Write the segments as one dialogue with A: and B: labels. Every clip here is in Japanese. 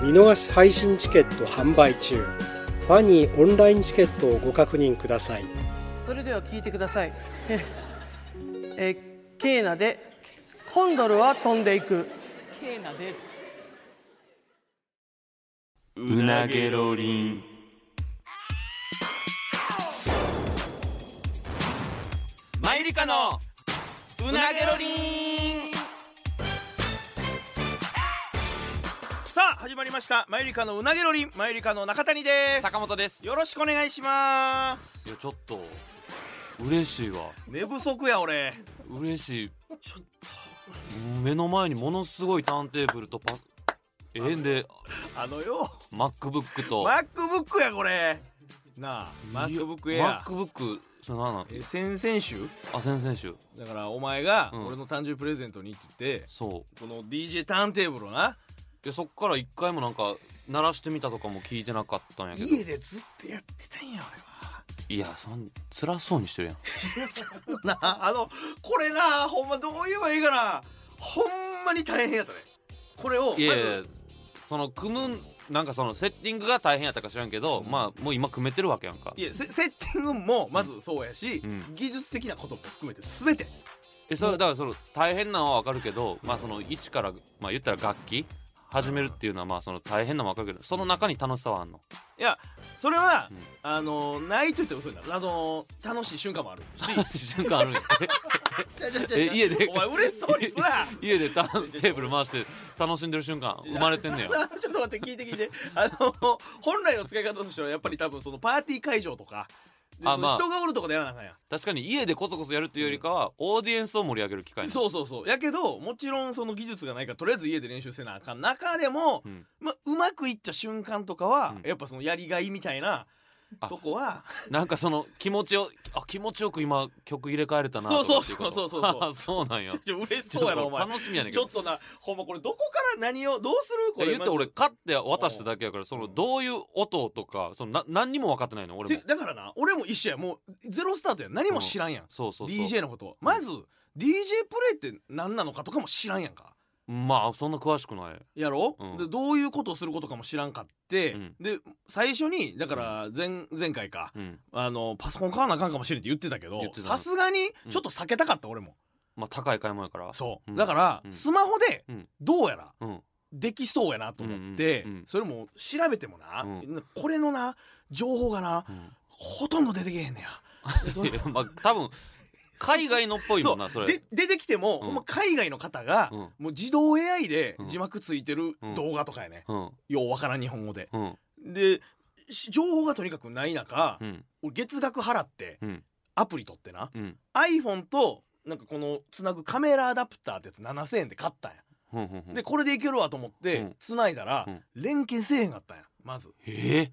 A: 見逃し配信チケット販売中ファニーオンラインチケットをご確認ください
B: それでは聞いてください えーえーケーナでコンドルは飛んでいく
C: ケーナで
D: うなげろりんマイリカのうなげろりん
E: さあ始まりましたマユリカのうなげろりんマユリカの中谷です
D: 坂本ですい
E: よろしくお願いします
D: やちょっと嬉しいわ
E: 寝不足や俺
D: 嬉しいちょっと目の前にものすごいターンテーブルとパえんで
E: あのよ
D: MacBook と
E: MacBook やこれなあ MacBook
D: い
E: Air
D: や MacBook それ何なん
E: え先々週
D: あ先々週
E: だからお前が
D: うん
E: 俺の誕生日プレゼントにって言って、
D: そ
E: この DJ ターンテーブルをな
D: うでそっから一回もなんか鳴らしてみたとかも聞いてなかったんやけど
E: 家でずっとやってたんや
D: いやそん辛そうにしてるやん
E: 俺はなああのこれなほんまどう言えばいいかなほんまに大変やったねこれをま
D: いやいや
E: ず
D: その組むなんかそのセッティングが大変やったか知らんけど、まあもう今組めてるわけやんか
E: いやセセッティングもまずそうやし、
D: うん
E: 技術的なことも含めて全て
D: えそれだからその大変なのはわかるけど、まあその一からまあ言ったら楽器始めるっていうのはまあその大変なのわかるけどその中に楽しさはあんの
E: いやそれは、
D: うん
E: あのないと言っても嘘になるあの楽しい瞬間もあるし
D: 瞬間あるんや
E: ちゃちゃちゃ
D: え家で
E: お前嬉しそうにすな
D: 家でターンテーブル回して楽しんでる瞬間生まれてんねや
E: ちょっと待って聞いて聞いてあの本来の使い方としてはやっぱり多分そのパーティー会場とかで
D: あ
E: その
D: まあ
E: 人がおるとこでやらなあかんやん、
D: 確かに家でコソコソやるっていうよりかは、オーディエンスを盛り上げる機会う、
E: そうそうそうやけどもちろんその技術がないからとりあえず家で練習せなあかん中でも、
D: ん、
E: まあ、うまくいった瞬間とかは、
D: うん
E: やっぱそのやりがいみたいな
D: あ
E: とこは
D: なんかその気持ちをあ気持ちよく今曲入れ替えれたなとかっていこと
E: そうそうそうそうそう
D: あそうなんや
E: ちょ嬉しそうやなお前
D: 楽しみやねんけ
E: ちょ
D: ど
E: っとなほんまこれどこから何をどうするこ
D: いや
E: れ
D: 言って俺
E: ま
D: 買って渡しただけやからそのどういう音とかそのな何にも分かってないの
E: ず
D: 俺も
E: てだからな俺も一緒やもうゼロスタートや何も知らんやん、
D: そうそうそう
E: DJ のことまず DJ プレイって何なのかとかも知らんやんか
D: まあそんな詳しくない
E: やろ、
D: うん
E: でどういうことをすることかも知らんかって、
D: うん
E: で最初にだから前,、前回か
D: うん
E: あのパソコン買わなあかんかもしれんって言ってたけ
D: 言っ
E: ど
D: てた
E: さすがにちょっと避けたかった、俺も
D: まあ高い買い物やから
E: そう、
D: うん
E: だから、
D: うん
E: スマホで
D: うん
E: どうやら
D: うん
E: できそうやなと思って、
D: うんうんうん
E: それも調べてもな、
D: うん
E: これのな情報がな
D: うん
E: ほとんど出てけへんねや。でその
D: い やまあ多分海外のっぽいもんなそ
E: で
D: れ
E: 出てきて
D: う
E: も、
D: ん
E: ほんま海外の方が、
D: うん
E: もう自動 AI で
D: うん
E: 字幕ついてる
D: うん
E: 動画とかやね、
D: うん
E: ようわからん日本語で。
D: うん
E: でし情報がとにかくない中、
D: うん
E: 俺月額払って、
D: うん
E: アプリ取ってな
D: うん
E: iPhone となんかこのつなぐカメラアダプターってやつ7000円で買ったんや、
D: うんうんうん
E: でこれでいけるわと思って、
D: うん
E: つないだら、
D: うん
E: 連携せえへんかったんやまず
D: ええ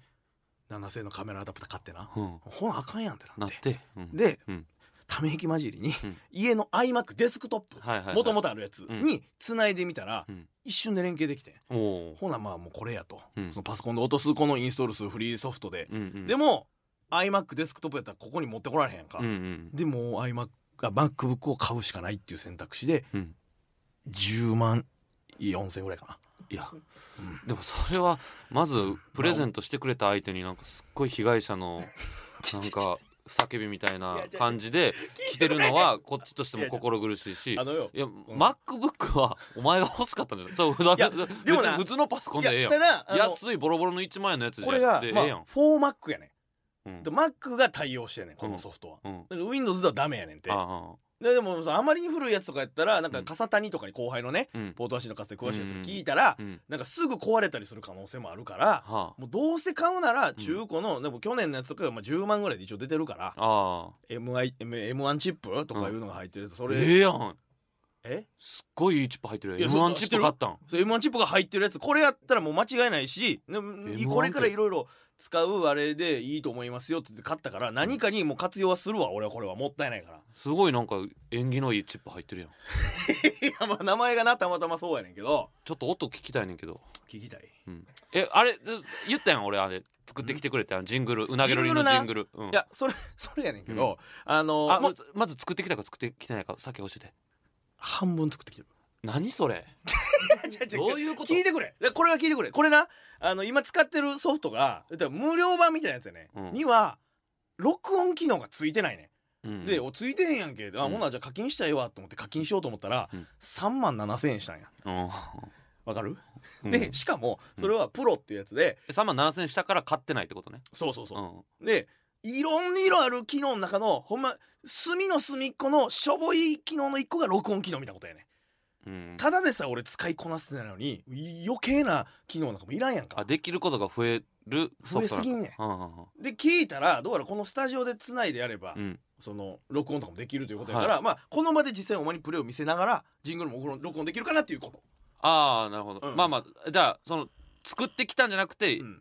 E: 7000円のカメラアダプター買ってな、
D: うん
E: ほなあかんやんってな
D: な
E: っ
D: っててうん
E: で、
D: うん
E: ため息混じりに、
D: ん
E: 家の iMac デスクトップ
D: はいはいはい
E: もともとあるやつ
D: うん
E: に繋いでみたら、
D: うん
E: 一瞬で連携できてん
D: おお
E: ほなまあもうこれやと、
D: うん
E: そのパソコンで落とすこのインストールするフリーソフトで、
D: うんうん
E: でも iMac デスクトップやったらここに持ってこられへんやんか、
D: うんうん
E: でもう iMac あ MacBook を買うしかないっていう選択肢で
D: うん
E: 10万4000ぐらいかない
D: やでもそれはまずプレゼントしてくれた相手になんかすっごい被害者のなんか叫びみたいな感じで来てるのはこっちとしても心苦しいし。
E: あのよ
D: いや、
E: ん
D: MacBook はお前が欲しかったんじゃないそう、だ
E: いやでも
D: 別に
E: な
D: 普通のパソコンでええや
E: いやただあ
D: ん。
E: の
D: 安いボロボロの1万円のやつで
E: これが
D: でええ
E: まあ
D: やん。
E: 4Mac やね
D: うん
E: んで Mac が対応してんねんこのソフトは、
D: うん
E: だから Windows ではダメやねんて
D: ああ
E: ででもさあまりに古いやつとかやったらなんか笠谷とかに後輩のね、
D: うん
E: ポートワシの笠谷詳しいやつに聞いたら、
D: うん
E: なんかすぐ壊れたりする可能性もあるから、
D: は
E: もうどうせ買うなら中古の、でも去年のやつとかがまあ10万ぐらいで一応出てるから
D: あ。ああ。
E: MI M1 チップとかいうのが入ってるやつそれ、
D: ええやん。
E: え
D: すっごいいいチップ入ってる
E: い
D: よ
E: やそう
D: M1 チップ買ったん
E: そう M1 チップが入ってるやつこれやったらもう間違いないしでも
D: M1
E: これからいろいろ使うあれでいいと思いますよって言って買ったから何かにもう活用はするわ俺はこれはもった いないから
D: すごいなんか縁起のいいチップ入ってるやん
E: いやまあ名前がなたまたまそうやねんけど
D: ちょっと音聞きたいねんけど、
E: 聞きたい
D: うん、えあれ言ったやん俺あれ作ってきてくれたやんジングルうなげろりのジングルうん
E: いやそれ それやねんけど、あの
D: あ
E: も
D: ま
E: う
D: ずまず作ってきたか作ってきてないかさっき教えて
E: 半分作ってき てる
D: 何それどういうこと
E: 聞いてくれでこれは聞いてくれこれなあの今使ってるソフトが言ったら無料版みたいなやつやね、
D: うん
E: には録音機能がついてないねん
D: うん
E: で、おついてへんやんけ。あ、
D: うん
E: ほな、じゃあ課金したいわと思って課金しようと思ったら、
D: うん
E: 3万7千円したんや。
D: うん
E: わかる、
D: うん
E: で、しかも、それはプロっていうやつで、
D: 3万7000円したから買ってないってことね
E: そうそうそう。
D: う
E: で、いろんな色ある機能の中の、ほんま、隅の隅っこのしょぼい機能の一個が録音機能みたいなことやね。
D: ん、うん、
E: ただでさ、俺使いこなせてないのに、余計な機能なんかもいらんやん
D: あ
E: か。
D: できることが増える
E: 増えすぎ
D: ん
E: んねん。
D: うんうん
E: で、聞いたら、どうやらこのスタジオで繋いでやれば、
D: うんうん
E: その録音とかもできるということやから、まあこの場で実際お前にプレーを見せながらジングルも録音できるかなっていうこと、
D: ああなるほど、
E: うん
D: まあまあじゃあその作ってきたんじゃなくて、
E: うん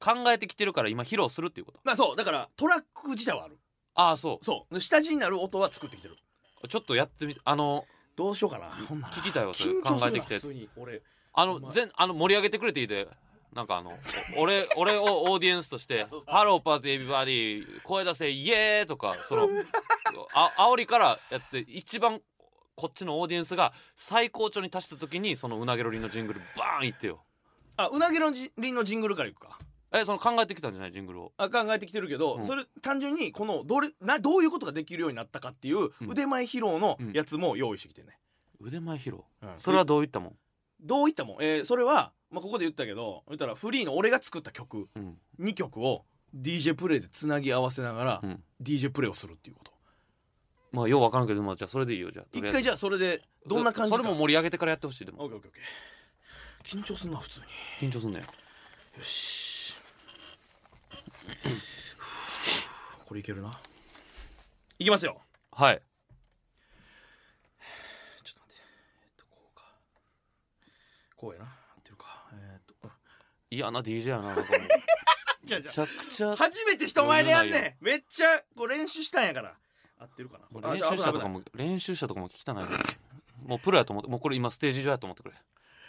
D: 考えてきてるから今披露するっていうこと
E: まあそうだからトラック自体はある
D: ああそ
E: そうで下地になる音は作ってきてる
D: うちょっとやってみあの
E: どうしようかなほんなら
D: 聞きたいわそれ
E: 緊
D: 考
E: 張
D: え
E: する
D: て
E: な
D: きた
E: 普
D: やつ
E: 通に俺
D: あの
E: お前
D: 全あの盛り上げてくれていいでなんかあ のお俺俺をオーディエンスとして「ハローパーティーエビバディ声出せイエーイ!」とかそのあ煽りからやって一番こっちのオーディエンスが最高潮に達した時にそのうなげろりんのジングルバーンいってよ
E: あうなぎのじりのジングルからいくか
D: えその考えてきたんじゃないジングルを
E: あ考えてきてるけど、
D: うん
E: それ単純にこのどれなどういうことができるようになったかっていう
D: うん
E: 腕前披露のやつも用意してきてね、
D: 腕前披露
E: うん
D: それはどういったもん、
E: どういったもん、えーそれは、まあ、ここで言ったけど言ったらフリーの俺が作った曲
D: うん、
E: 2曲を DJ プレイでつなぎ合わせながら、
D: うん
E: DJ プレイをするっていうこと
D: まあよう分からんけど、まあ、じゃあそれでいいよじゃあとりあえ
E: 一
D: ず
E: 回じゃあそれでどんな感じか
D: それも盛り上げてからやってほしいで
E: オ
D: も
E: ッケーオッケーオッケー緊張すんな普通に
D: 緊張すんねよ
E: よしこれいけるないきますよ
D: はい
E: ちょっと待ってえっとこうかこうやな合ってるかえーっとうん
D: 嫌な DJ やな なんかもう
E: じゃあじ
D: め
E: ゃ
D: ちゃくちゃ
E: あ初めて人前でやん
D: 読め
E: ねんめっちゃこう練習したんやから合ってるか
D: もう
E: なあ
D: 練
E: じゃあ
D: 習
E: 危
D: 者
E: な
D: と
E: い危
D: か
E: ない
D: も練習者とかも聞きたないもうプロやと思ってもうこれ今ステージ上やと思ってくれ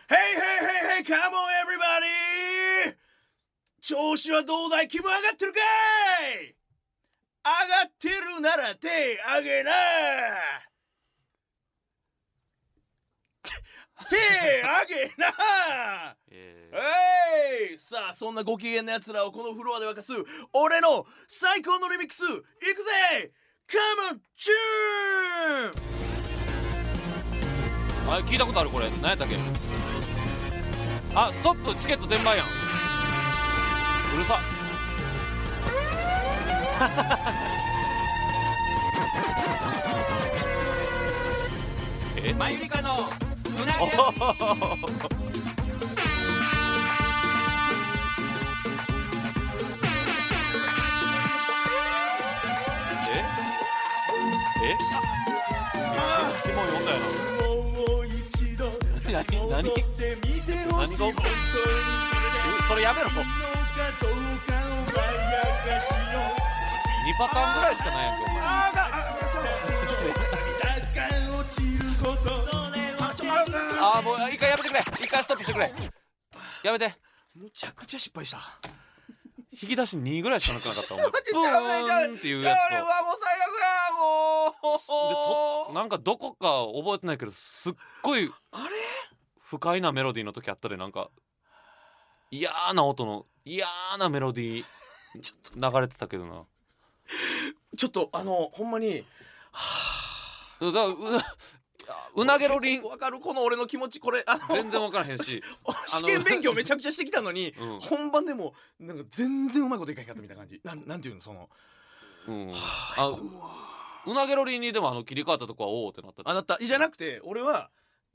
E: Hey hey hey hey come on everybody 調子はどうだい気分上がってるかい上がってるなら手上げな手上げな
D: えー
E: えいさあそんなご機嫌なやつらをこのフロアで沸かす俺の最高のリミックスいくぜ Come on c h u n
D: あれ聞いたことあるこれ何やったっけあストップチケット転売やんうるさ え まゆりかのええキモい女やな
E: もう一度
D: 何何
E: 戻ってみてほし
D: 何が
E: い本当に
D: それやめろ
E: それでいいのかどうかをまやかしよ
D: 2パターンぐらいしかないやんけお前
E: あーがああちょっとだから落ちることそれはちょっと
D: ああもう一回やめてくれ一回ストップしてくれやめて
E: むちゃくちゃ失敗した
D: 引き出し2ぐらいしかなくなかったお前ブ
E: ちゃうねちゃう
D: ーンっていう
E: じゃ
D: や
E: あ
D: つ
E: 俺は
D: と
E: もう最
D: で
E: 悪やもう
D: となんかどこか覚えてないけどすっごい
E: あれ
D: 不快なメロディーの時あったでなんか嫌な音の嫌なメロディー流れてたけどな
E: ちょっとあのほんまに
D: だからううなげろりん
E: わかるこの俺の気持ちこれあの
D: 全然分からへんし
E: 試験勉強めちゃくちゃしてきたのに、
D: うん
E: 本番でもなんか全然うまいこといかへんかったみたいな感じなんなんていうのその
D: うんあうなげろりんにでもあの切り替わったとこはおおってなった
E: あなたじゃなくて俺は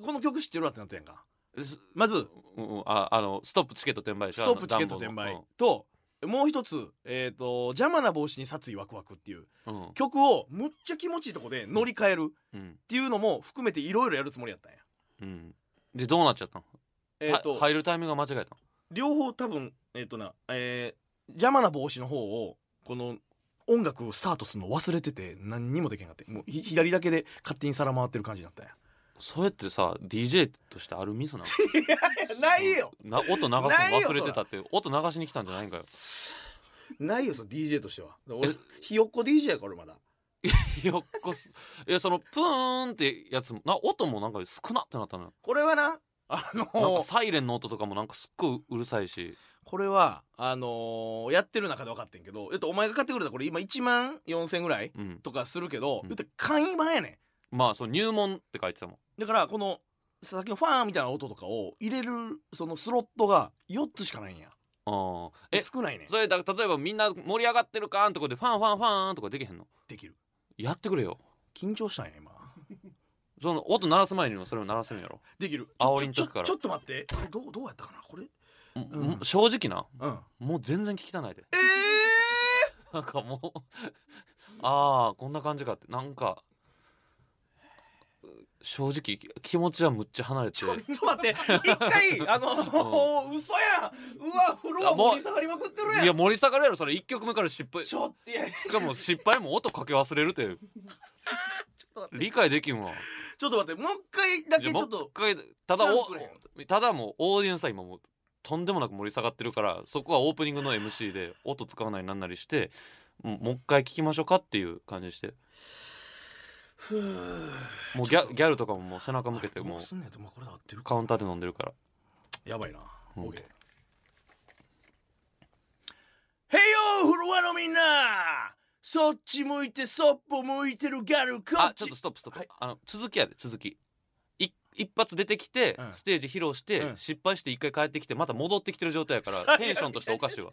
E: この曲知ってるわってなったやんか
D: えす
E: まず
D: うんうんああのストップチケット転売でし
E: ス
D: ょ
E: トップチケット
D: あの
E: 転売
D: ダンボの
E: ともう一つ、えっ、と、邪魔な帽子に殺意ワクワクっていう
D: うん
E: 曲をむっちゃ気持ちいいとこで乗り換えるっ
D: うん
E: ていうのも含めていろいろやるつもりやったんや。
D: うんでどうなっちゃったの
E: えっ、と、
D: た入るタイミングが間違えたの
E: 両方多分、えっ、とな、えー邪魔な帽子の方を、この、音楽をスタートするの忘れてて何にもできなかった。もうひ左だけで勝手に皿回ってる感じだったんや。
D: そうやってさ DJ としてあるミ スなの
E: ないよ
D: な音流すの
E: ないよ
D: 忘れてたって音流しに来たんじゃないん かよ
E: ないよ、その DJ としては。俺、ひよっこ DJ やから俺まだ。
D: ひよっこすいやそのプーンってやつもな音もなんか少なってなったのよ
E: これはな、あの
D: なんかサイレンの音とかもなんかすっごいうるさいし
E: これは、あのーやってる中で分かってんけど、えっと、お前が買ってくれたこれ今1万4000ぐらい
D: うん
E: とかするけど、
D: うん
E: 言うて簡易版やね
D: まあその入門って書いてたもん
E: ん。だから、この、さっきのファーンみたいな音とかを入れる、そのスロットが4つしかないんや。
D: ああえ
E: 少ないねん
D: それだ例えばみんな盛り上がってるかーんとこでファンファンファンとかできへんの
E: できる。
D: やってくれよ
E: 緊張したんや、今。
D: その音鳴らす前にもそれを鳴らすんやろ、
E: できる。
D: 煽
E: ち
D: り
E: ょ
D: ん
E: ちょ
D: 時から
E: ちょちょっと待って。これどう、どうやったかなこれ。ん
D: も正直な
E: うん。
D: もう全然聞きたないで
E: え ー
D: なんかもうああこんな感じかってなんか正直気持ちはむっちゃ離れて
E: ちょっと待って、一 回、あのー、嘘やんうわ、フロア盛り下がりまくってるやん
D: いや盛り下がるやろそれ1曲目から失敗
E: ち
D: し
E: ょっと、いや、
D: かも失敗も音かけ忘れると いう理解できんわ
E: ちょっと待って、もう一回だ
D: じゃ
E: け
D: あ
E: ちょ
D: も
E: っと
D: う一、回ただ
E: チャンスくれ
D: おただもうオーディエンスは今もうとんでもなく盛り下がってるからそこはオープニングの MC で音使わないなんなりしてもうもう一回聞きましょうかっていう感じにして
E: ふぅ。
D: もうギャギャルとかももう背中向けて
E: ど
D: も
E: う
D: う
E: すんねんと、まあこれで合ってるか。
D: カウンターで飲んでるから
E: やばいな。
D: うん
E: オッケー。へいよー、フロアのみんなそっち向いて、そっぽ向いてるギャルこ
D: あ
E: っ
D: ちょっ
E: ち
D: とストップストップ、
E: はい
D: あの続きやで続きい一発出てきて、
E: うん
D: ステージ披露して、
E: うん
D: 失敗して一回帰ってきてまた戻ってきてる状態やか
E: 最
D: ら
E: 悪
D: テンションとしておかしいわ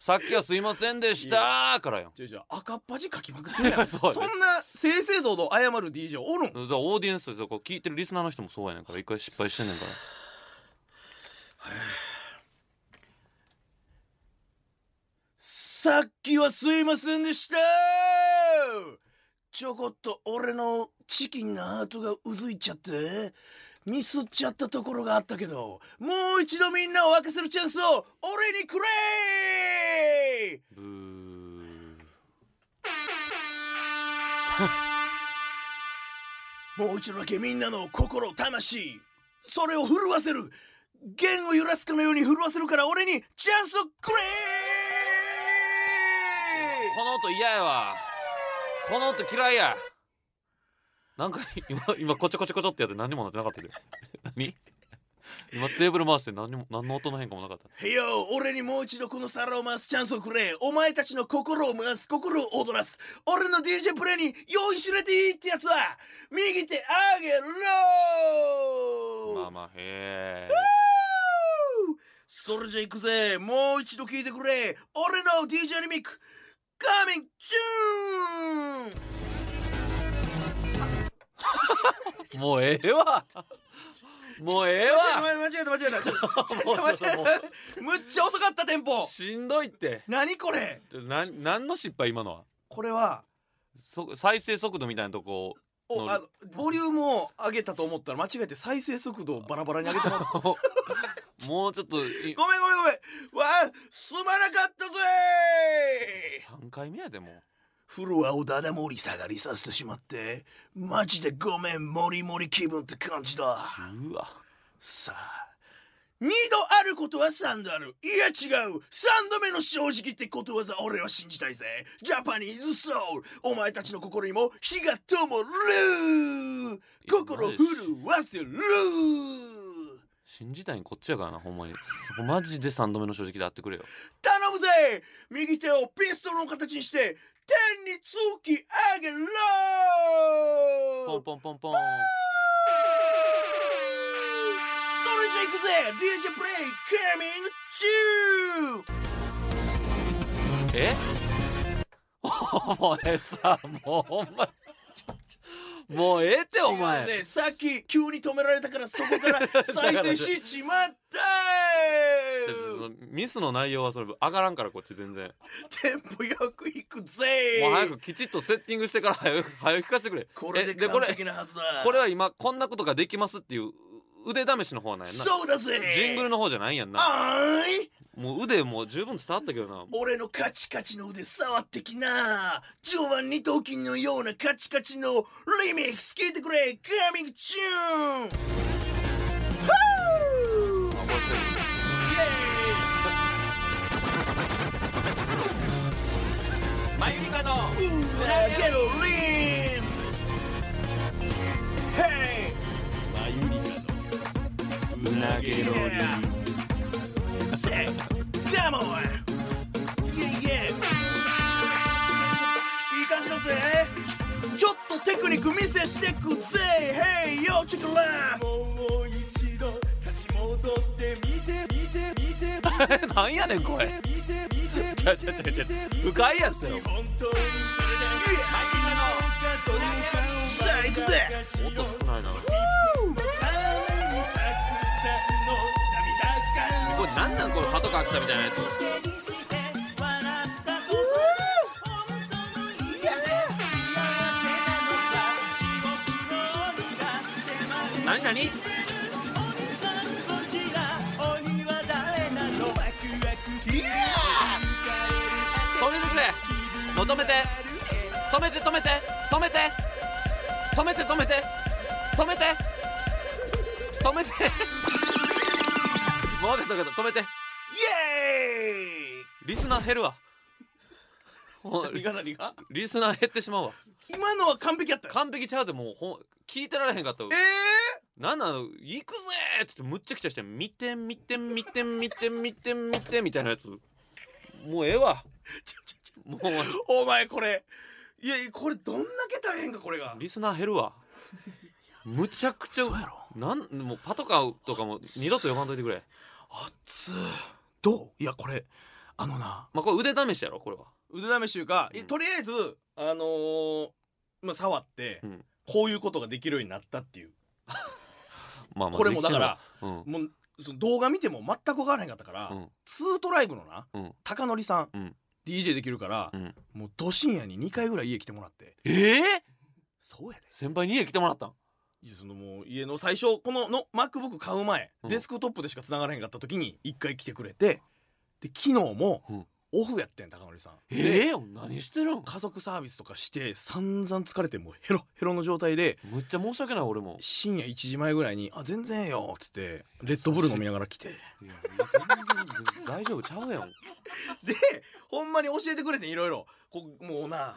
D: さっきは「すいませんでした」からやん
E: ちょいちょい赤っ恥かきまくってるやん。そ
D: そうやで
E: んな正々堂々謝る DJ おるん
D: だからオーディエンスとしてこう聞いてるリスナーの人もそうやねんから一回失敗してんねんから
E: さっきはすいませんでしたちょこっと俺のチキンなハートがうずいちゃってミスっちゃったところがあったけどもう一度みんなを沸かせるチャンスを俺にくれ
D: ブー
E: もう一度だけみんなの心魂それを震わせる弦を揺らすかのように震わせるから俺にチャンスをくれ
D: この音嫌やわこの音嫌いやなんか今今こちょこちょこちょってやって何にもなってなか ったけど何今テーブル回して何にも何の音の変化もなかった
E: へよ俺にもう一度この皿を回すチャンスをくれお前たちの心を回す心を踊らす俺の DJ プレイに用意しれていいってやつは右手あげろ
D: まあまあへえ
E: それじゃ行くぜもう一度聞いてくれ俺の DJ リミック Coming soon!
D: もうええわもうええわ
E: 間違えた間違 えたちょっと間違えた
D: もう
E: むっちゃ遅かったテンポ
D: しんどいって
E: 何これ
D: な何の失敗今のは
E: これは
D: そ再生速度みたいなとこ
E: お
D: の
E: あのボリュームを上げたと思ったら間違えて再生速度をバラバラに上げてもらった
D: を もうちょっとい
E: ごめんごめんごめんわあすまなかったぜ
D: 3回目やでもう
E: フロアをダダ盛り下がりさせてしまってマジでごめんモリモリ気分って感じだ
D: うわ
E: さあ二度あることは三度あるいや違う三度目の正直ってことわざ俺は信じたいぜジャパニーズソウルお前たちの心にも火が灯る心震わせる
D: 信じたいんこっちやからなほんまにマジで3度目の正直で会ってくれよ
E: 頼むぜ右手をピストルの形にして天に突き上げ
D: ポン
E: ろ
D: ポンポンポン
E: それじゃ行くぜ DJ プレイ coming to
D: えお前さもうほんま
F: もうええってお前
E: 違うぜさっき急に止められたからそこから再生しちまった
D: そ
E: よ
D: のミスの内容はそれ上がらんからこっち全然
E: テンポよくいくぜ
D: もう早くきちっとセッティングしてから早く早く聞かせてくれ
E: これ
D: え
E: で
D: でこれ
E: 完璧なはずだ
D: これは今こんなことができますっていう腕試しの方なんやな
E: そうだぜ
D: ジングルの方じゃないんやんな
E: あーい
D: もう腕もう十分伝わったけどな
E: 俺のカチカチの腕触ってきなジョバン二頭筋のようなカチカチのリミックス聞いてくれカーミングチューンフーイエーイ
D: マユリカの
E: ラゲロリンヘイマユリカのうなげろりんセカモンイェイイェイいい感じだぜちょっとテクニック見せてくぜヘイヨーチェクラもう一度立ち戻って見て見て見て見て
F: なんやねんこれ
E: 見て見て
F: ちゃちゃちゃちゃ不快やつよ
E: 本当にそれでマイナーのさあ行くぜ
D: 音少ないなこれなんなんこれパトカー来たみたいなやつ何何
F: 止めてくれもう止めて止めて止めて止めて止めて止めて止めて止めて
D: もう分かった分かった止めてリスナー減るわもうリスナー減ってしまうわ
E: 今のは完璧やったよ
D: 完璧ちゃうでもうほん聞いてられへんかった
E: え
D: なんなの行くぜーっつってむっちゃ来た人見て見て見て見て見て見てみたいなやつもうええわもう
E: ーお前これいやこれどんだけ大変かこれが
D: リスナー減るわむちゃくちゃなんもうパトカーとかも二度と呼ばんといてくれ
E: つーどういやこれあのな
D: まあこれ腕試しやろこれは
E: 腕試しというか、い
D: うん
E: とりあえずあのーまあ、触って、
D: うん
E: こういうことができるようになったっていう
D: まあまあ
E: これもだから
D: できてるわ
E: もうその動画見ても全く分からへんかったから、
D: うん
E: ツートライブのな、
D: うん
E: 高典さん、
D: うん
E: DJ できるから、
D: うん
E: もうど深夜に2回ぐらい家来てもらって
D: うんええ
E: そうやで
D: 先輩に家来てもらったん
E: いやそのもう家の最初このの MacBook 買う前、
D: うん
E: デスクトップでしか繋がらへんかった時に1回来てくれてで昨日も
D: うん
E: オフやってん高典さん
D: ええ何してるん
E: 家族サービスとかして散々疲れてもうヘロヘロの状態で
D: むっちゃ申し訳ない俺も
E: 深夜1時前ぐらいに「あ全然ええよ」っつってレッドブル飲みながら来て
D: いや全然大丈夫ちゃうやん
E: でほんまに教えてくれてんいろいろこもうな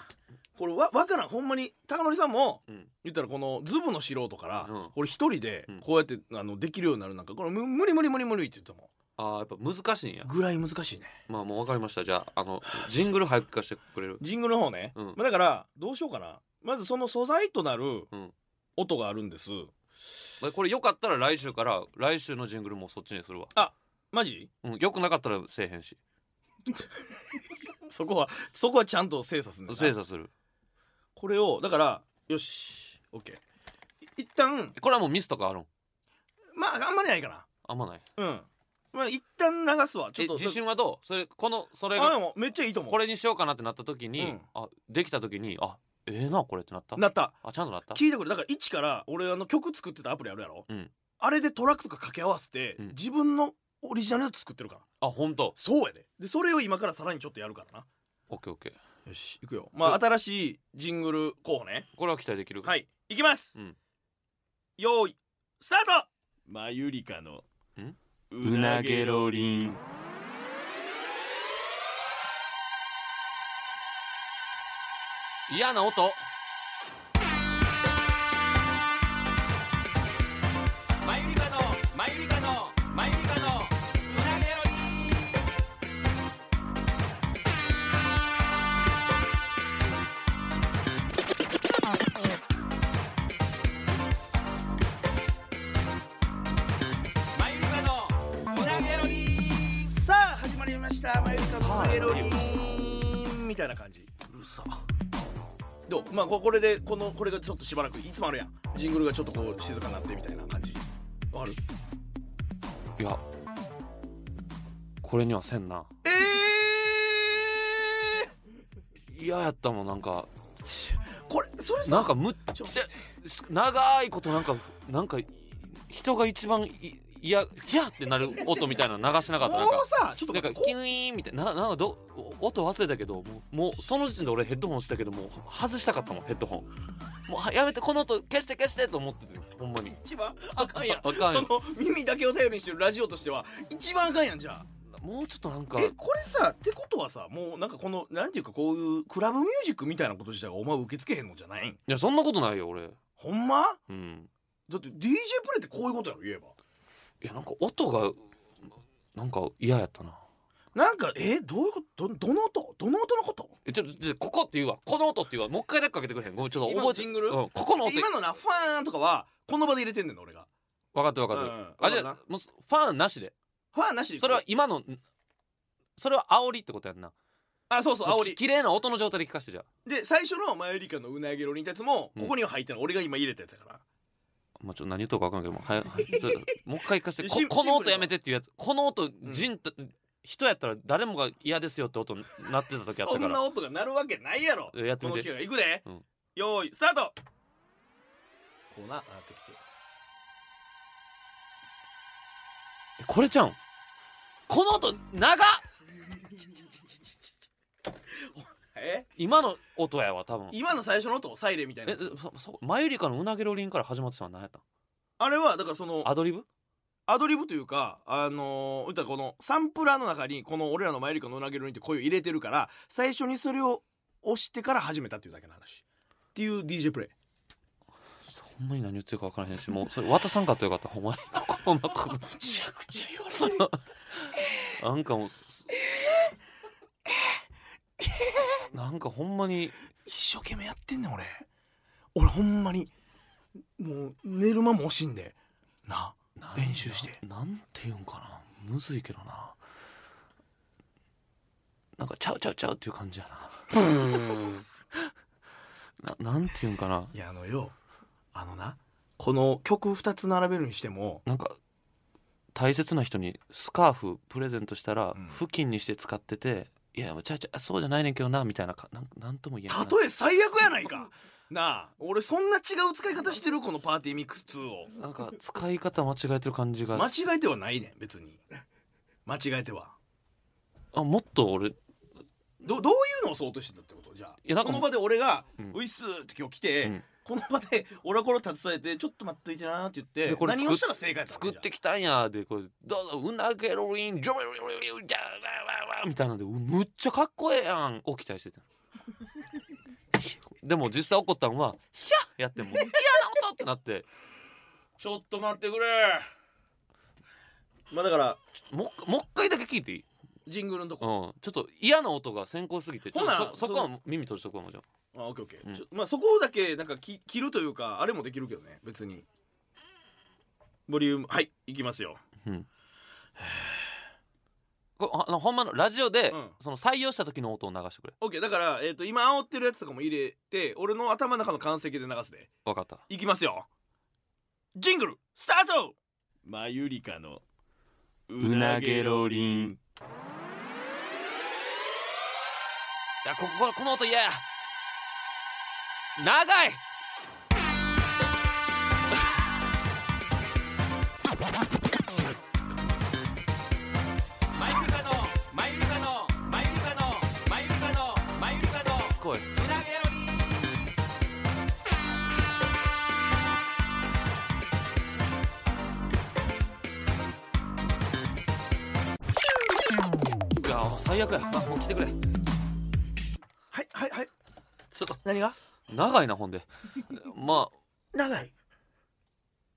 E: これわわからんほんまに高典さんも、
D: うん
E: 言ったらこのズブの素人から、
D: うん
E: これ一人で
D: うん
E: こうやって、あのできるようになるなんかこれむ無理無理無理無理って言ってたも
D: ああやっぱ難しいんや
E: んぐらい難しいね
D: まあもう分かりましたじゃああのジングル早く聞かせてくれる
E: ジングルの方ね、
D: うん
E: まあ、だからどうしようかなまずその素材となる
D: うん
E: 音があるんです、
D: まあこれよかったら来週から来週のジングルもそっちにするわ、
E: マジ
D: うん、よくなかったらせえへんし
E: そこはそこはちゃんと精査するんだな
D: 精査する
E: これをだからよしオッケーい一旦
D: これはもうミスとかあるん
E: まああんまりないか
D: あんまない
E: なうんまあ一旦流すわちょ
D: え
E: っと
D: 自信はどうそれこのそれ
E: あで
D: が
E: もめっちゃいいと思う
D: これにしようかなってなった時に、
E: うん
D: あできた時にあええなこれってなった
E: なった
D: あちゃんとなった
E: 聞いてくれだから一から俺あの曲作ってたアプリあるやろ、
D: うん
E: あれでトラックとか掛け合わせて、
D: うん
E: 自分のオリジナルで作ってるから
D: あ本当
E: そうやででそれを今からさらにちょっとやるからな
D: オッケーオッケー
E: よしいくよまあ新しいジングル候補ね
D: これは期待できる
E: はいいいきます、
D: うん
E: よーいスタート
F: マユリカの
D: ん
F: うなげろりん
D: 嫌な音
F: マユリカのマユリカのマユリカのうなげろりんマユリカのうなげろりん
E: さあ始まりました「マユリカのゲロリン」みたいな感じうるさどうまあここれでこのこれがちょっとしばらくいつもあるやんジングルがちょっとこう静かになってみたいな感じわかる
D: いやこれにはせんな
E: え
D: 嫌やったもんなんか
E: えこれそれさ
D: なんかむっ
E: ちょ
D: ちゃ長いことなんかなんか人が一番いいやヒヤってなる音みたいなの流してなかったなん
E: こ
D: か
E: うさちょっと
D: なん
E: 待
D: か
E: って
D: キュイーンみたいなななんかどお音忘れたけどもうもうその時点で俺ヘッドホンしたけどもう外したかったもんヘッドホンもうはやめてこの音消して消してと思っててほんまに
E: 一番あかんやん
D: あかんやん
E: その耳だけを頼りにしてるラジオとしては一番あかんやんじゃあ
D: もうちょっとなんか
E: えこれさってことはさもうなんかこのなんていうかこういうクラブミュージックみたいなこと自体がお前受け付けへんのじゃないん
D: いやそんなことないよ俺
E: ほんま
D: うん
E: だって DJ プレイってこういうことやろ言えば
D: いやなんか音がなんか嫌やったな
E: なんかえどういうことどどの音どの音のこと
D: えちょっとちょっとここって言うわこの音って言うわもう一回だけかけてくれへんごめんちょっと
E: 今
D: 覚えて
E: のジングル
D: うん、ここの音
E: 今のなファーンとかはこの場で入れてんねんの俺が
D: 分かってる分かって
E: う
D: る、
E: んうん
D: あじゃ
E: わか
D: あ
E: る
D: もうファンなしで
E: ファーンなしでいく
D: それは今のんそれは煽りってことやんな
E: あそうそう
D: も
E: 煽
D: うき
E: り
D: 綺麗な音の状態で聞かせてじゃあ
E: で最初のマユリカのうなぎろにいたやつも
D: うん
E: ここには入ってんの俺が今入れたやつやから
D: まあ、ちょっと何言うとか分かんないけ どもはいはいちょっともう一回聞かせてこ
E: シン
D: この
E: シンプル
D: 音
E: な
D: やめてっていうやつこの音人た人やったら誰もが嫌ですよって音になってた時あっ
E: そ
D: たか
E: んな
D: ら
E: 音が鳴るわけないやろ
D: えやって
E: こ
D: み
E: の
D: て
E: 機会いくで、
D: うん
E: よーいスタートこうななってきて
D: えこれちゃうんこの音長っ
E: え
D: 今の音やわ多分
E: 今の最初の音サイレンみたいな
D: え
E: やつ
D: そそマユリカのうなげロリンから始まってたのは何やったん
E: あれはだからその
D: アドリブ
E: アドリブというかあのー、言ったらこのサンプラーの中にこの俺らのマユリカのうなぎろにって声を入れてるから最初にそれを押してから始めたっていうだけの話っていう DJ プレイ
D: ほんまに何言ってるか分からへんしもうそれ渡さんかったらよかったほんま にこんなこと
E: むちゃくちゃ言われる
D: なんかもうすなんかほんまに
E: 一生懸命やってんねん俺俺ほんまにもう寝る間も惜しんでな
D: な
E: 練習して
D: ななんて言うんかなむずいけどななんかちゃうちゃうちゃうっていう感じや なななんて言うんかない
E: やあのよあのなこの曲2つ並べるにしても
D: なんか大切な人にスカーフプレゼントしたら
E: うん
D: 布巾にして使ってて、いやいやちゃうちゃうそうじゃないねんけどなみたいなかなんなんとも言えんない
E: 例え最悪やないかなあ俺そんな違う使い方してるこのパーティーミックス2を
D: なんか使い方間違えてる感じが
E: 間違えてはないねん別に間違えては
D: あもっと俺い
E: どどういうのをそうとしてたってことじゃあ
D: いやなんか
E: この場で俺が「
D: うん
E: ウイス」って今日来て、
D: うん
E: この場でオラコラ携えて「ちょっと待っといてな」って言って
D: でこれ
E: 何をしたら正解やた
D: 作
E: の
D: ってきたんやでこれどうぞうなげロリンジョベロリンジョベロリンジャワワワみたいなんでうむっちゃかっこええやんを期待してたでも実際怒ったんは「ヒャッ!」やってもう「嫌な音!」ってなって
E: ちょっと待ってくれまあだから
D: もうもう一回だけ聞いていい、
E: ジングルの
D: う
E: とこ、
D: ん、ちょっと嫌な音が先行すぎてちょっと
E: ほな
D: そそこは耳閉じとくわもちろん
E: あオッケーオッケー、
D: うん
E: ちょまあそこだけなんかき切るというかあれもできるけどね別にボリュームはいいきますよ
D: これあのほんまのラジオで、
E: うん
D: その採用した時の音を流してくれ
E: オッケーだから、えっと今煽ってるやつとかも入れて俺の頭の中の完成形で流すで
D: わかった
E: いきますよジングルスタートマユリカのうなげろりん
D: いやこここの音嫌や長い
F: マユリカのマユリカのマユリカのマユリカのマユリカの
D: すごいう
F: なげろり
D: いや最悪やあもう来てくれち
E: はいはいはい
D: ょっと
E: 何が
D: 長いなほんでまあ
E: 長い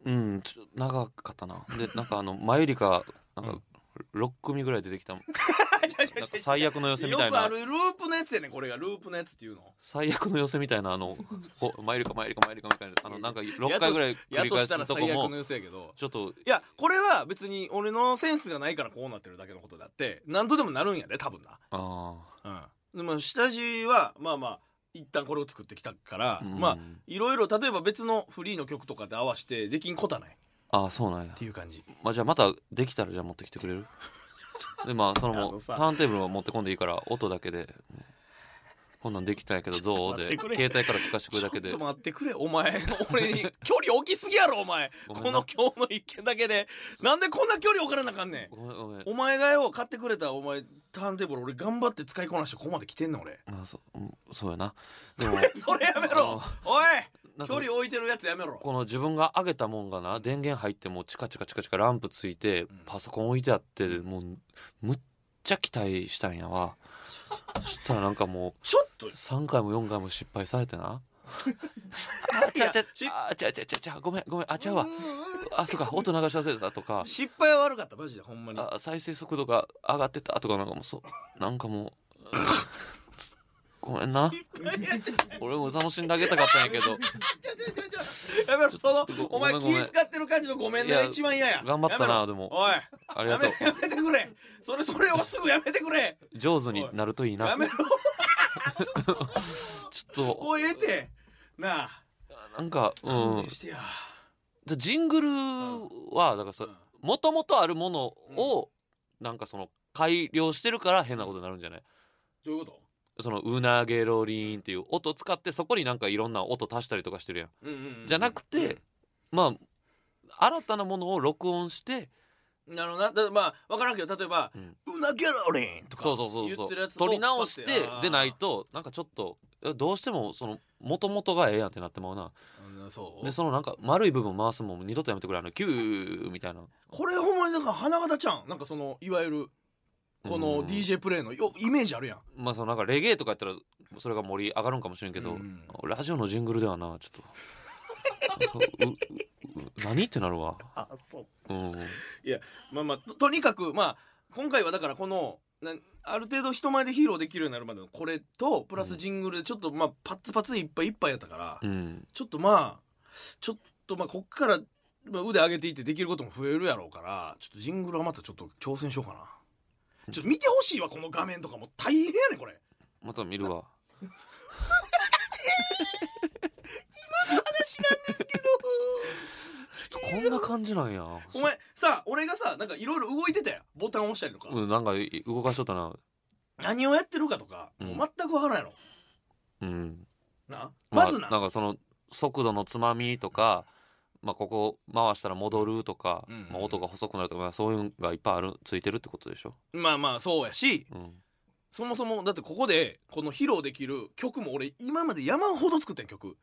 D: うんちょっと長かったなでなんかあのマユリカなんか6組ぐらい出てきたなんか最悪の寄せみ
E: よ
D: たい
E: くあ
D: な
E: るループのやつやねこれがループのやつっていうの
D: 最悪の寄せみたいなあ のこうマユリカマユリカマユリカみたいなあのなんか6回ぐらい繰
E: や
D: り
E: と
D: 返
E: したら
D: すと
E: 最
D: こ
E: 悪
D: も
E: のやつやけど
D: ちょっと
E: いやこれは別に俺のセンスがないからこうなってるだけのことだって何とでもなるんやで多分な
D: あ
E: うんでも下地はまあまあ一旦これを作ってきたから、
D: うん
E: まあいろいろ例えば別のフリーの曲とかで合わせてできんことはないっ
D: ああそうなんや
E: ていう感じ
D: まあ、じゃあまたできたらじゃあ持ってきてくれ るでまあその
E: あ
D: も
E: の
D: うタ
E: さ
D: ーンテーブルは持ってこんでいいから音だけで、ねこんなんできたんやけどどう
E: ちょっと待っ
D: で
E: てくれ
D: 携帯から聞かせてくれ
E: ちょ
D: だ
E: っ
D: けで
E: と待ってくれお前 俺に距離置きすぎやろお前
D: ご
E: こ
D: めんな
E: の今日の一件だけでなんでこんな距離置からなあかんねん
D: ごめんごめん
E: お前がよ買ってくれたお前ターンテーブル俺頑張って使いこなしてここまで来てんの 俺
D: まあそうんそうやなでも
E: それやめろおい
D: なん
E: 距
D: か
E: 離置いてるやつやめろ
D: この自分が上げたもんがな電源入ってもうチカチカチカチカランプついてパソコン置いてあってもうむっちゃ期待したんやわそしたらなんかも
E: ちょっと
D: う3回も4回も失敗されてなあちゃちゃちゃあちゃちゃちゃちゃごめんごめんあちゃうわあそうか音流し忘れたとか
E: 失敗は悪かったマジでほんま に
D: あ再生速度が上がってたとかなんかもうそうなんかもうごめんな俺も楽しんであげたかったんやけど
E: やめろその
D: ちょっと
E: お前
D: ごめん
E: 気
D: ごめん
E: 使ってる感じのごめんね
D: い
E: が
D: や
E: 一番嫌や
D: 頑張った
E: やめろ
D: なでも
E: おい
D: あり
E: や
D: がと
E: め
D: う
E: やめてくれそれそれをすぐやめてくれ
D: 上手になるといいな
E: やめろ
D: ちょっ
E: おいええてなあ
D: となんかう
E: 勘
D: ん
E: 弁してや
D: でジングルはだからさ
E: うん
D: もともとあるものをなんかその改良してるから変なことになるんじゃない
E: どういうこと
D: そのうなげろりんっていう音使ってそこになんかいろんな音足したりとかしてるやん
E: うんうんうん
D: じゃなくてまあ新たなものを録音して
E: なるほどなだからまあ分からんけど例えば
D: うん
E: 「うなぎゃられん」とか
D: そうそうそう
E: 言
D: そ
E: ってる
D: う
E: やつを
D: 取り直して
E: パッてあー
D: でないとなんかちょっとえどうしてもその元々がええやんってなってまうな
E: うんそう
D: でそのなんか丸い部分回すもん二度とやめてくれあのキューみたいな
E: これほんまになんか花形ちゃんなんかそのいわゆるこ
D: う
E: の
D: ん
E: DJ プレイのよイメージあるやん
D: まあそのなんかレゲエとかやったらそれが盛り上がるんかもしれんけど、
E: うん
D: ラジオのジングルではなちょっとううう何ってなるわ、
E: あそう
D: うん、
E: まあまあととにかくまあ今回はだからこのなある程度人前で披露できるようになるまでのこれとプラスジングルでちょっとまあパッツパツでいっぱいいっぱいやったから、
D: うん、
E: ちょっとまあちょっとまあこっからまあ腕上げていってできることも増えるやろうからちょっとジングルはまたちょっと挑戦しようかなちょっと見てほしいわこの画面とかもう大変やねんこれ
D: また見るわ今の話なんですけどこんな感じなんや
E: お前さ俺がさなんかいろいろ動いてたやんボタン押したりとか、
D: うん、なんかい動かしとったな
E: 何をやってるかとか、
D: うん
E: もう全く分からんやろ
D: うん
E: な
D: まあ
E: まずな,、
D: なんかその速度のつまみとか、まあ、ここ回したら戻るとか、
E: うんうん
D: まあ、音が細くなるとか、まあ、そういうのがいっぱいあるついてるってことでしょ、
E: まあまあそうやし
D: うん、
E: そもそもだってここでこの披露できる曲も俺今まで山ほど作ってん曲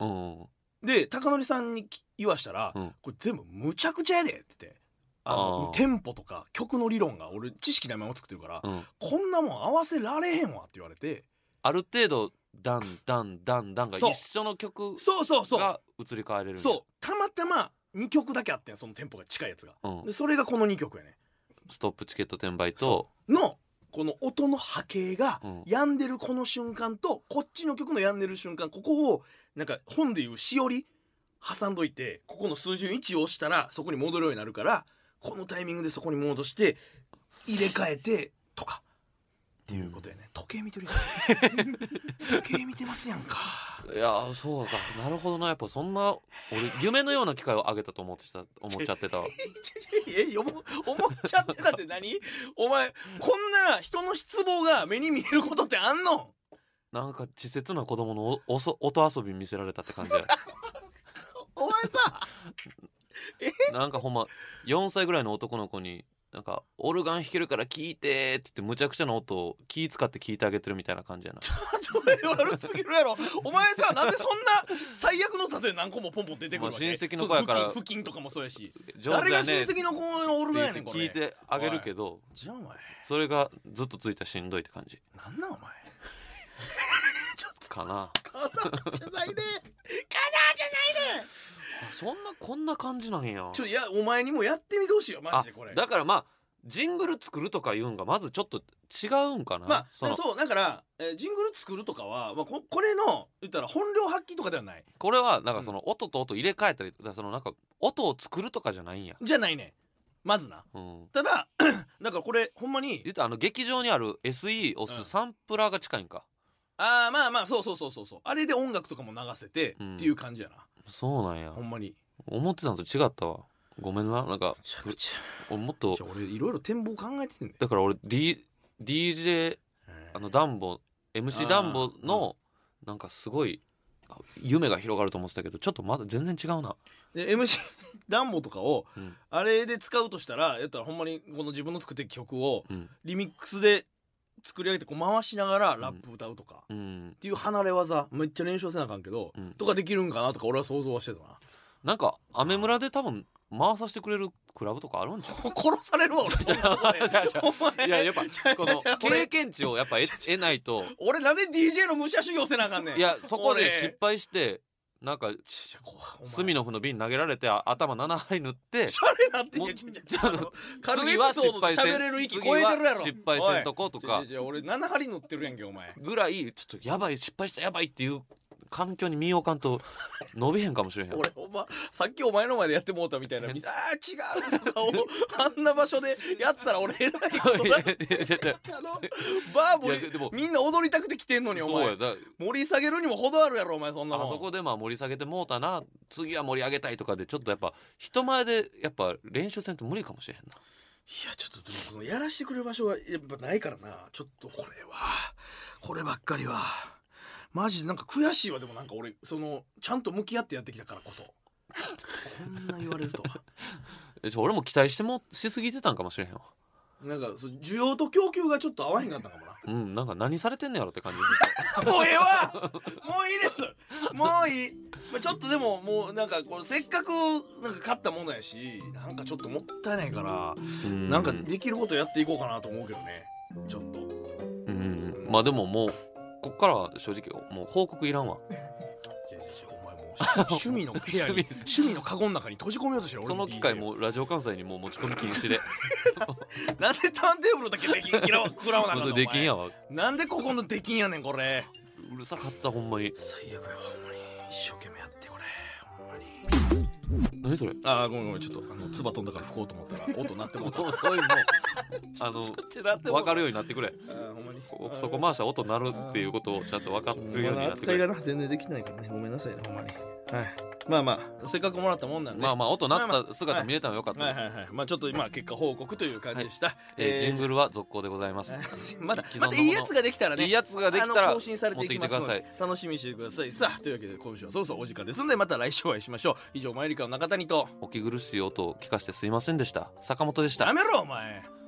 D: うんうん
E: で貴教さんにき言わしたら、
D: うん
E: これ全部むちゃくちゃやで」って言ってあの
D: あー
E: テンポとか曲の理論が俺知識ないまま作ってるから、
D: うん
E: こんなもん合わせられへんわって言われて
D: ある程度ダンダンダンダンが
E: そう
D: 一緒の曲
E: そうそうそう
D: が移り変われるんや
E: そうたまたま2曲だけあってんそのテンポが近いやつが
D: うん
E: でそれがこの2曲やね
D: ストップチケット転売と
E: そのこの音の波形が
D: うん
E: 病んでるこの瞬間とこっちの曲の病んでる瞬間ここをなんか本でいうしおり挟んどいてここの数字の位置を押したらそこに戻るようになるからこのタイミングでそこに戻して入れ替えてとかっていうことやね時計見てるや ん時計見てますやんか
D: いやーそうかなるほどなやっぱそんな俺夢のような機会をあげたと思ってた思っちゃってた わ
E: えよも思っちゃってたって何お前こんな人の失望が目に見えることってあんの
D: なんか稚拙な子供のおおそ音遊び見せられたって感じや
E: お前さ
D: なんかほんま4歳ぐらいの男の子になんかオルガン弾けるから聴いてって言ってむちゃくちゃな音を気使って聞いてあげてるみたいな感じやな
E: それ悪すぎるやろお前さなんでそんな最悪の例え何個もポンポン出てくるわけ、
D: まあ親戚の子やから
E: そう付近付近とかもそうやし
D: 上
E: 誰
D: 手
E: が
D: や
E: 親
D: ねって
E: 戚の子のオルガ
D: 言
E: ンや
D: っ
E: ね
D: て
E: んこ
D: 聞
E: れ
D: いてあげるけど
E: じゃあお前
D: それがずっと続いたらしんどいって感じ
E: なんなんお前
D: かな
E: カナじゃないね
D: そんなこんな感じなんや
E: ちょいやお前にもやってみてほしいよマジでこれ
D: あだからまあジングル作るとかいうんがまずちょっと違うんかな、
E: まあ
D: その
E: そうだから、えージングル作るとかは、まあ、ここれの言ったら本領発揮とかではない
D: これはなんかその音と音入れ替えたりだからそのなんか音を作るとかじゃないんや、
E: じゃないねまずな
D: うん、
E: ただ だからこれほんまに
D: 言うとあの劇場にある SE 押
E: うん
D: すサンプラーが近いんか、
E: ああまあまあそうそうそうそうそうあれで音楽とかも流せて、
D: うん
E: っていう感じやな
D: そうなんや
E: ほんまに
D: 思ってたのと違ったわごめんななんか
E: めちゃくちゃ
D: おもっと
E: じゃあ俺いろいろ展望考えててんね
D: だから俺、D、DJ あのダンボ
E: あー
D: MC ダンボのなんかすごいあ夢が広がると思ってたけどちょっとまだ全然違うな
E: で MC ダンボとかを、
D: うん
E: あれで使うとしたらやったらほんまにこの自分の作ってる曲を
D: うん
E: リミックスで作り上げてこう回しながらラップ歌うとか、っ
D: うん
E: ていう離れ技めっちゃ練習せなあかんけど、
D: うん
E: とかできるんかなとか俺は想像はしてた な
D: なんかアメ村で多分回させてくれるクラブとかあるんちゃう
E: 殺されるわ俺そんなとこでお 前
D: いややっぱ この経
E: 俺
D: 験値をやっぱ得得ないと
E: 俺なんで DJ の武者修行せなあかんねん
D: いやそこで
E: 俺
D: 失敗してなんか
E: ちょ怖いお前
D: 隅のフの瓶投げられてあ頭7針塗って
E: シャレなってい
D: も
E: やちょちょ
D: ちょ
E: あの軽いエピソードで喋れる域超えてるや
D: 次
E: ろ
D: は失敗せんとこと
E: お
D: か
E: いちょちょちょ俺7針乗ってるやんけお前
D: ぐらいちょっとやばい失敗したやばいっていう環境に身を置かんと伸びへんかもしれへん
E: 俺ほんまさっきお前の前でやってもうたみたいなあー違うとかを あんな場所でやったら俺偉いこ と
D: い
E: な
D: や
E: あ
D: いやいやいや
E: のバーボ
D: いやで
E: リ
D: も
E: みんな踊りたくて来てんのにお
D: そう
E: 前
D: やだ
E: 盛り下げるにも程あるやろお前そんな
D: あ
E: もん
D: そこでまあ盛り下げてもうたな次は盛り上げたいとかでちょっとやっぱ人前でやっぱ練習せんと無理かもしれへんない
E: やちょっとでもそのやらしてくれる場所がやっぱないからなちょっとこれはこればっかりはマジでなんか悔しいわでもなんか俺そのちゃんと向き合ってやってきたからこそこんな言われるとは
D: えちょ俺も期待してもしすぎてたんかもしれへんわ
E: なんかその需要と供給がちょっと合わへんかったかもな
D: うんなんか何されてんねやろって感じ
E: もうええわもういいですもういい、まあ、ちょっとでももうなんかこれせっかくなんか勝ったものやしなんかちょっともったいないから、
D: う
E: なんかできることやっていこうかなと思うけどねちょっと
D: うんまあでももうこっからは正直もう報告いらんわ
E: いやいやいやお前もう趣趣味の部屋に
D: 趣味
E: 趣味のカゴの中に閉じ込めようとしてる
D: その
E: 俺
D: 機
E: DJ
D: 会もうラジオ関西にもう持ち込み禁止 で
E: なんでターンテーブルだけできん嫌わ食らわなあ
D: もう
E: か
D: そ
E: ん
D: れ
E: の
D: できんや
E: お
D: わ
E: 前なんでここのできんやねんこれ
D: うるさかったほんまに
E: 最悪やわほんまに一生懸命やってこれほんまに
D: 何それ
E: あーごめんごめんちょっとあの唾飛んだから吹こうと思ったら音鳴っても うた
D: もうそういうもう あの分かるよ
E: よ
D: うになってくれ
E: ほんまに
D: こそこ回したら音鳴るっていうことをちゃんと分かるように
E: まだ
D: なって
E: 扱
D: く
E: い
D: れ
E: がな全然できてないからねごめんなさいねほんまにはいまあまあせっかくもらったもんなんで
D: まあまあ音鳴
E: まあ
D: った姿見れたのよかった
E: はい
D: です
E: はいはいまあちょっと今結果報告という感じでした、
D: えージン
E: え
D: グルは続行でございます
E: ー まだ
D: 既存の
E: またいいやつができたらね
D: いいやつができたら
E: あの更新されていきますの
D: 持って
E: で
D: き
E: 楽しみにしてくださいさあというわけで今週はそろそろお時間ですのでまた来週お会いしましょう以上マユリカの中谷と
D: お聞き苦しい音を聞かせてすいませんでした坂本でした
E: やめろお前